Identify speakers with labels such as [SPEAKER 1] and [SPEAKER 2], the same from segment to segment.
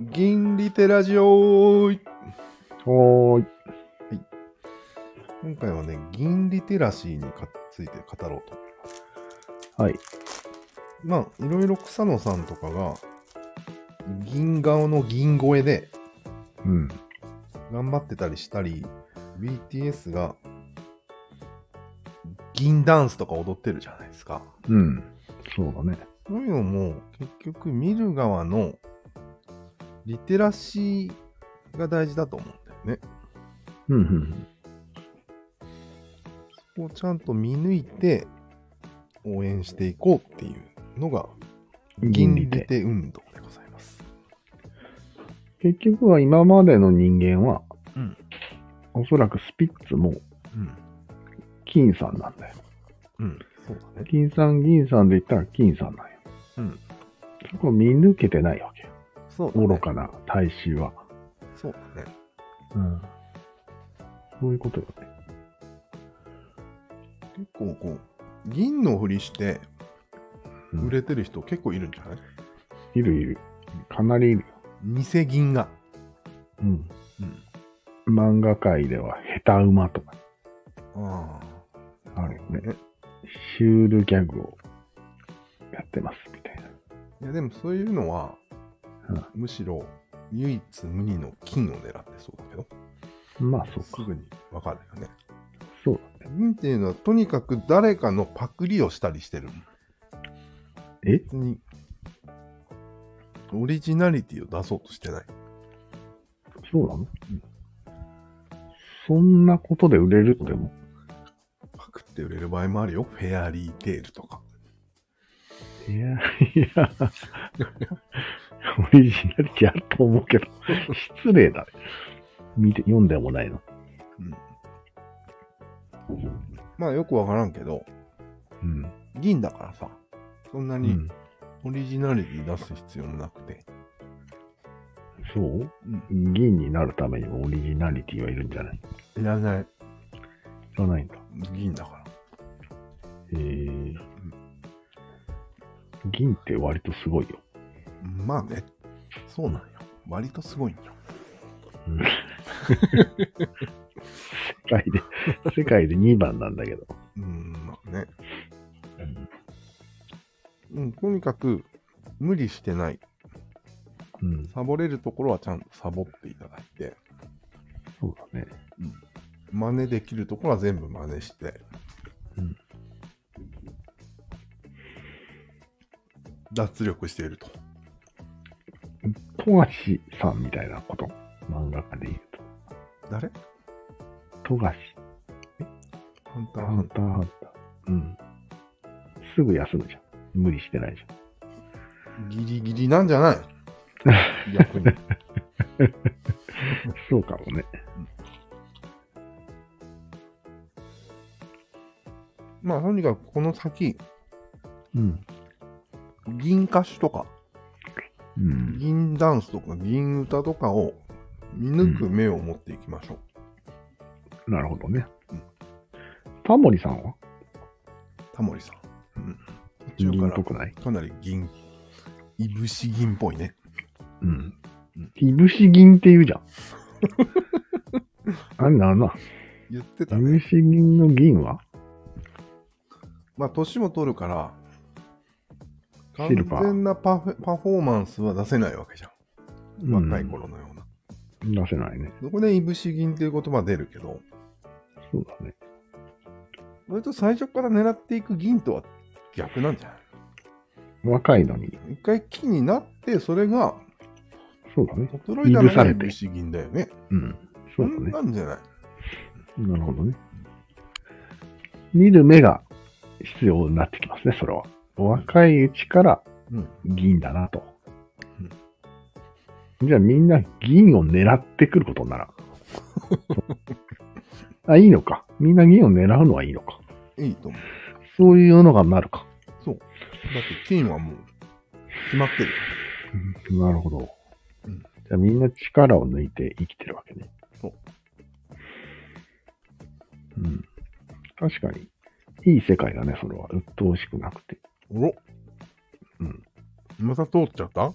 [SPEAKER 1] 銀利テラジオ
[SPEAKER 2] おーい。
[SPEAKER 1] 今回はね、銀リテラシーにかついて語ろうと思います。
[SPEAKER 2] はい。
[SPEAKER 1] まあ、いろいろ草野さんとかが、銀顔の銀声で
[SPEAKER 2] うん。
[SPEAKER 1] 頑張ってたりしたり、BTS が銀ダンスとか踊ってるじゃないですか。
[SPEAKER 2] うん。そうだね。
[SPEAKER 1] そういうのも、結局見る側のリテラシーが大事だと思うんだよね。
[SPEAKER 2] うん、うん。
[SPEAKER 1] をちゃんと見抜いて応援していこうっていうのが銀利
[SPEAKER 2] で。
[SPEAKER 1] 手運動でございます。
[SPEAKER 2] 結局は今までの人間は、
[SPEAKER 1] うん
[SPEAKER 2] おそらくスピッツも
[SPEAKER 1] うん。
[SPEAKER 2] 金さんなんだよ。
[SPEAKER 1] うん。そうだね。
[SPEAKER 2] 金さん、銀さんで言ったら金さんなんよ。
[SPEAKER 1] うん。
[SPEAKER 2] そこを見抜けてないわけよ。
[SPEAKER 1] そうだね。
[SPEAKER 2] 愚かな大衆は。
[SPEAKER 1] そうだね。
[SPEAKER 2] うん。そういうことよね。
[SPEAKER 1] 結構こう、銀のふりして
[SPEAKER 2] うん
[SPEAKER 1] 売れてる人結構いるんじゃない、
[SPEAKER 2] いるいる。かなりいるよ。
[SPEAKER 1] 偽銀が。
[SPEAKER 2] うん。
[SPEAKER 1] うん。
[SPEAKER 2] 漫画界では下手馬とか
[SPEAKER 1] ああ。
[SPEAKER 2] あるよね。シュールギャグをやってますみたいな。
[SPEAKER 1] いやでもそういうのは、
[SPEAKER 2] うん
[SPEAKER 1] むしろ唯一無二の金を狙ってそうだけど、
[SPEAKER 2] まあそう
[SPEAKER 1] す
[SPEAKER 2] か。
[SPEAKER 1] ぐにわかるよね。
[SPEAKER 2] そうだね。
[SPEAKER 1] 銀っていうのはとにかく誰かのパクリをしたりしてる。
[SPEAKER 2] え
[SPEAKER 1] 別にオリジナリティを出そうとしてない。
[SPEAKER 2] そうなの、そんなことで売れるっても、
[SPEAKER 1] パクって売れる場合もあるよ。フェアリーテールとか。
[SPEAKER 2] いや、いや、オリジナリティあると思うけど、失礼だね。見て、読んでもないの。
[SPEAKER 1] まあよくわからんけど、
[SPEAKER 2] うん。
[SPEAKER 1] 銀だからさ、そんな
[SPEAKER 2] う
[SPEAKER 1] に
[SPEAKER 2] ん、
[SPEAKER 1] オリジナリティ出す必要もなくて。
[SPEAKER 2] そう
[SPEAKER 1] うん。
[SPEAKER 2] 銀になるためにもオリジナリティはいるんじゃない
[SPEAKER 1] いらない。
[SPEAKER 2] いらないんだ。
[SPEAKER 1] 銀だから。
[SPEAKER 2] えー、銀って割とすごいよ。
[SPEAKER 1] まあね。そうなんよ。割とすごいんよ。
[SPEAKER 2] うん世界 で、世界で2番なんだけど。
[SPEAKER 1] うん、まあね。
[SPEAKER 2] うん
[SPEAKER 1] うん、とにかく、無理してない。
[SPEAKER 2] うん、
[SPEAKER 1] サボれるところはちゃんとサボっていただいて、
[SPEAKER 2] そうだね。
[SPEAKER 1] 真似できるところは全部真似して、
[SPEAKER 2] うん
[SPEAKER 1] 脱力していると。
[SPEAKER 2] 富樫さんみたいなこと。漫画家で言う
[SPEAKER 1] 誰
[SPEAKER 2] と。富樫、
[SPEAKER 1] ハンターハ
[SPEAKER 2] ハ
[SPEAKER 1] ン
[SPEAKER 2] ンターハンター。うん。すぐ休むじゃん。無理してないじゃん。
[SPEAKER 1] ター。ギリギリなんじゃない逆に。
[SPEAKER 2] そうかもね。
[SPEAKER 1] まあ、とにかくこの先、
[SPEAKER 2] うん。
[SPEAKER 1] 銀歌手とか、
[SPEAKER 2] うん。
[SPEAKER 1] 銀ダンスとか、銀歌とかを見抜く目を持っていきましょう。
[SPEAKER 2] なるほどね
[SPEAKER 1] うん。
[SPEAKER 2] タモリさんは
[SPEAKER 1] タモリさん。うん途
[SPEAKER 2] 銀
[SPEAKER 1] 中
[SPEAKER 2] っ
[SPEAKER 1] か
[SPEAKER 2] ぽくない
[SPEAKER 1] らかなり銀、いぶし銀っぽいね。
[SPEAKER 2] うん
[SPEAKER 1] うん。
[SPEAKER 2] いぶし銀って言うじゃ ん。あれなんなん
[SPEAKER 1] 言ってた
[SPEAKER 2] い
[SPEAKER 1] ね。
[SPEAKER 2] ぶし銀の銀は
[SPEAKER 1] まあ、年も取るから、
[SPEAKER 2] シ
[SPEAKER 1] 完
[SPEAKER 2] ルバー
[SPEAKER 1] 全なパフェパフォーマンスは出せないわけじゃん。
[SPEAKER 2] うん
[SPEAKER 1] 若い頃のような。
[SPEAKER 2] 出せないね。
[SPEAKER 1] そこで、いぶし銀っていう言葉出るけど、
[SPEAKER 2] そうだね。
[SPEAKER 1] それと最初から狙っていく銀とは逆なんじゃな
[SPEAKER 2] 若いのに。
[SPEAKER 1] い一回金になって、それが
[SPEAKER 2] そうだね。
[SPEAKER 1] 衰えたの
[SPEAKER 2] いぶさ
[SPEAKER 1] が
[SPEAKER 2] れ
[SPEAKER 1] い
[SPEAKER 2] て
[SPEAKER 1] ぶし銀だよね。
[SPEAKER 2] うん。
[SPEAKER 1] そ
[SPEAKER 2] そうだ
[SPEAKER 1] ん
[SPEAKER 2] ね。
[SPEAKER 1] なんじゃない
[SPEAKER 2] なるほどね。見る目が必要になってきますね、それは。若いうちから
[SPEAKER 1] うん。
[SPEAKER 2] 銀だなと。じゃあみんな銀を狙ってくることにならん。 あ、いいのか。みんな銀を狙うのはいいのか。
[SPEAKER 1] いいと思う。
[SPEAKER 2] そういう世の中になるか。
[SPEAKER 1] だって金はもう決まってる。
[SPEAKER 2] なるほど。
[SPEAKER 1] うん
[SPEAKER 2] じゃあみんな力を抜いて生きてるわけね。
[SPEAKER 1] そう。
[SPEAKER 2] うん。確かに、いい世界だね、それは。鬱陶しくなくて。
[SPEAKER 1] おろ
[SPEAKER 2] うん。
[SPEAKER 1] また通っちゃった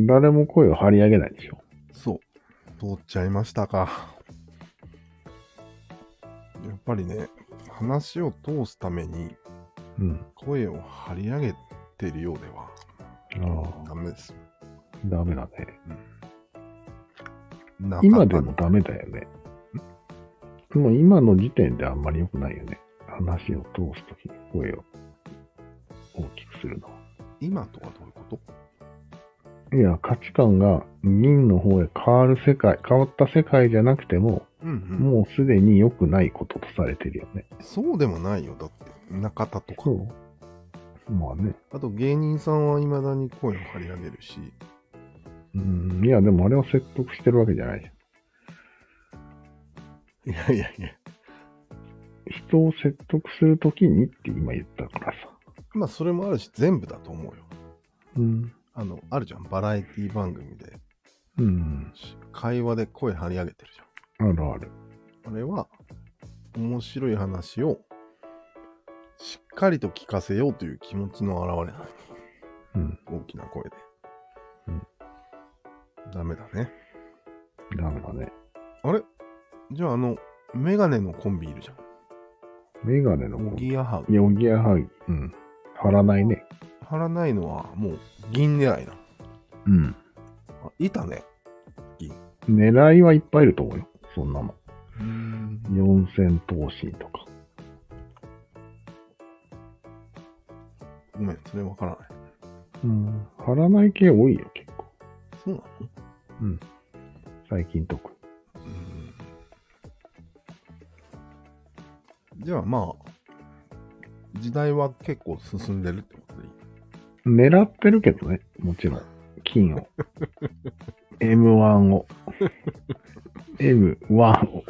[SPEAKER 2] 誰も声を張り上げないでしょ。
[SPEAKER 1] そう。通っちゃいましたか。やっぱりね、話を通すために
[SPEAKER 2] うん。
[SPEAKER 1] 声を張り上げてるようでは
[SPEAKER 2] ああ、
[SPEAKER 1] ダメです。
[SPEAKER 2] ダメだね。
[SPEAKER 1] なかなか
[SPEAKER 2] 今でもダメだよね。もう今の時点であんまり良くないよね。話を通すときに声を大きくするのは。
[SPEAKER 1] 今とはどういうこと
[SPEAKER 2] いや、価値観が銀の方へ変わる世界、変わった世界じゃなくても、
[SPEAKER 1] うんうん。
[SPEAKER 2] もうすでに良くないこととされてるよね。
[SPEAKER 1] そうでもないよ。だって、中田とか。
[SPEAKER 2] う。まあね。
[SPEAKER 1] あと芸人さんは未だに声を張り上げるし、
[SPEAKER 2] うん。いや、でもあれは説得してるわけじゃないじゃ
[SPEAKER 1] い
[SPEAKER 2] ん。
[SPEAKER 1] やいやいや、
[SPEAKER 2] 人を説得するときにって今言ったからさ。
[SPEAKER 1] まあそれもあるし、全部だと思うよ。
[SPEAKER 2] うん。
[SPEAKER 1] あの、あるじゃん、バラエティ番組で、
[SPEAKER 2] うん。
[SPEAKER 1] し会話で声張り上げてるじ
[SPEAKER 2] あるある。
[SPEAKER 1] ゃん。あれは、面白い話を、しっかりと聞かせようという気持ちの表れない。
[SPEAKER 2] うん。
[SPEAKER 1] 大きな声で。
[SPEAKER 2] うん
[SPEAKER 1] ダメだね。
[SPEAKER 2] ダメだね。
[SPEAKER 1] あれじゃああの、メガネのコンビいるじゃん。
[SPEAKER 2] メガネの
[SPEAKER 1] お
[SPEAKER 2] 子。
[SPEAKER 1] ぎやはぎ。
[SPEAKER 2] いや、おぎやはぎ。うん。貼らないね。
[SPEAKER 1] 張らないのはもう銀狙いな。
[SPEAKER 2] うん。
[SPEAKER 1] あいたね。
[SPEAKER 2] 狙いはいっぱいいると思うよ。そんなもん。
[SPEAKER 1] うん
[SPEAKER 2] 四千頭身とか。
[SPEAKER 1] ごめん、それわからない。
[SPEAKER 2] うん。貼らない系多いよ、結構。
[SPEAKER 1] そうなの
[SPEAKER 2] 最近特に。
[SPEAKER 1] じゃあまあ、時代は結構進んでるってことでいい。
[SPEAKER 2] 狙ってるけどね、もちろん。金 を。M1 を。M1 を。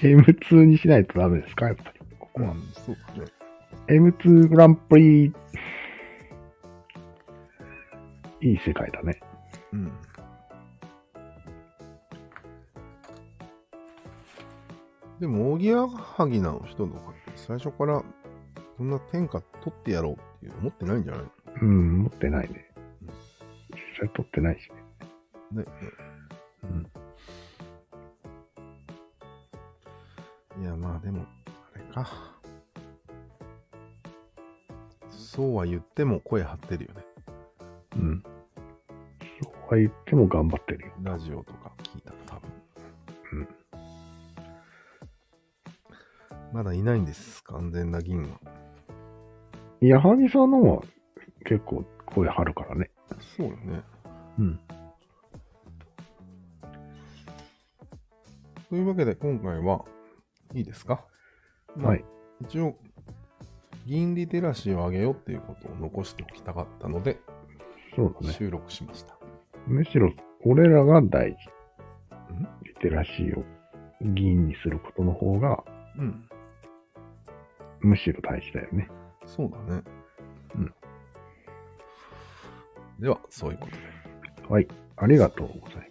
[SPEAKER 2] M2 にしないとダメですか、やっぱり。ここは。
[SPEAKER 1] ん、そうだね。
[SPEAKER 2] M2 グランプリ。いい世界だね。
[SPEAKER 1] うん。でも、おぎやはぎなの人とかって最初からそんな天下取ってやろうっていう思ってないんじゃない
[SPEAKER 2] うん、持ってないね。実際取ってないしね。
[SPEAKER 1] のね。いや、まあでも、あれか。そうは言っても声張ってるよね。
[SPEAKER 2] うん。うん。そうは言っても頑張ってるよ。
[SPEAKER 1] ラジオとか聞いたら多分。
[SPEAKER 2] うん
[SPEAKER 1] まだいないんです、完全な銀は。
[SPEAKER 2] 矢作さんのは結構声張るからね。
[SPEAKER 1] そうよね。
[SPEAKER 2] うん。
[SPEAKER 1] というわけで、今回は、いいですか、まあ
[SPEAKER 2] はい。。
[SPEAKER 1] 一応、銀リテラシーを上げようっていうことを残しておきたかったので、
[SPEAKER 2] そうだね。
[SPEAKER 1] 収録しました。
[SPEAKER 2] むしろ、俺らが大事
[SPEAKER 1] ん。
[SPEAKER 2] リテラシーを議員にすることの方が、
[SPEAKER 1] うん。
[SPEAKER 2] むしろ大事だよね。
[SPEAKER 1] そうだね。
[SPEAKER 2] うん。
[SPEAKER 1] では、そういうことで。
[SPEAKER 2] はい。ありがとうございます。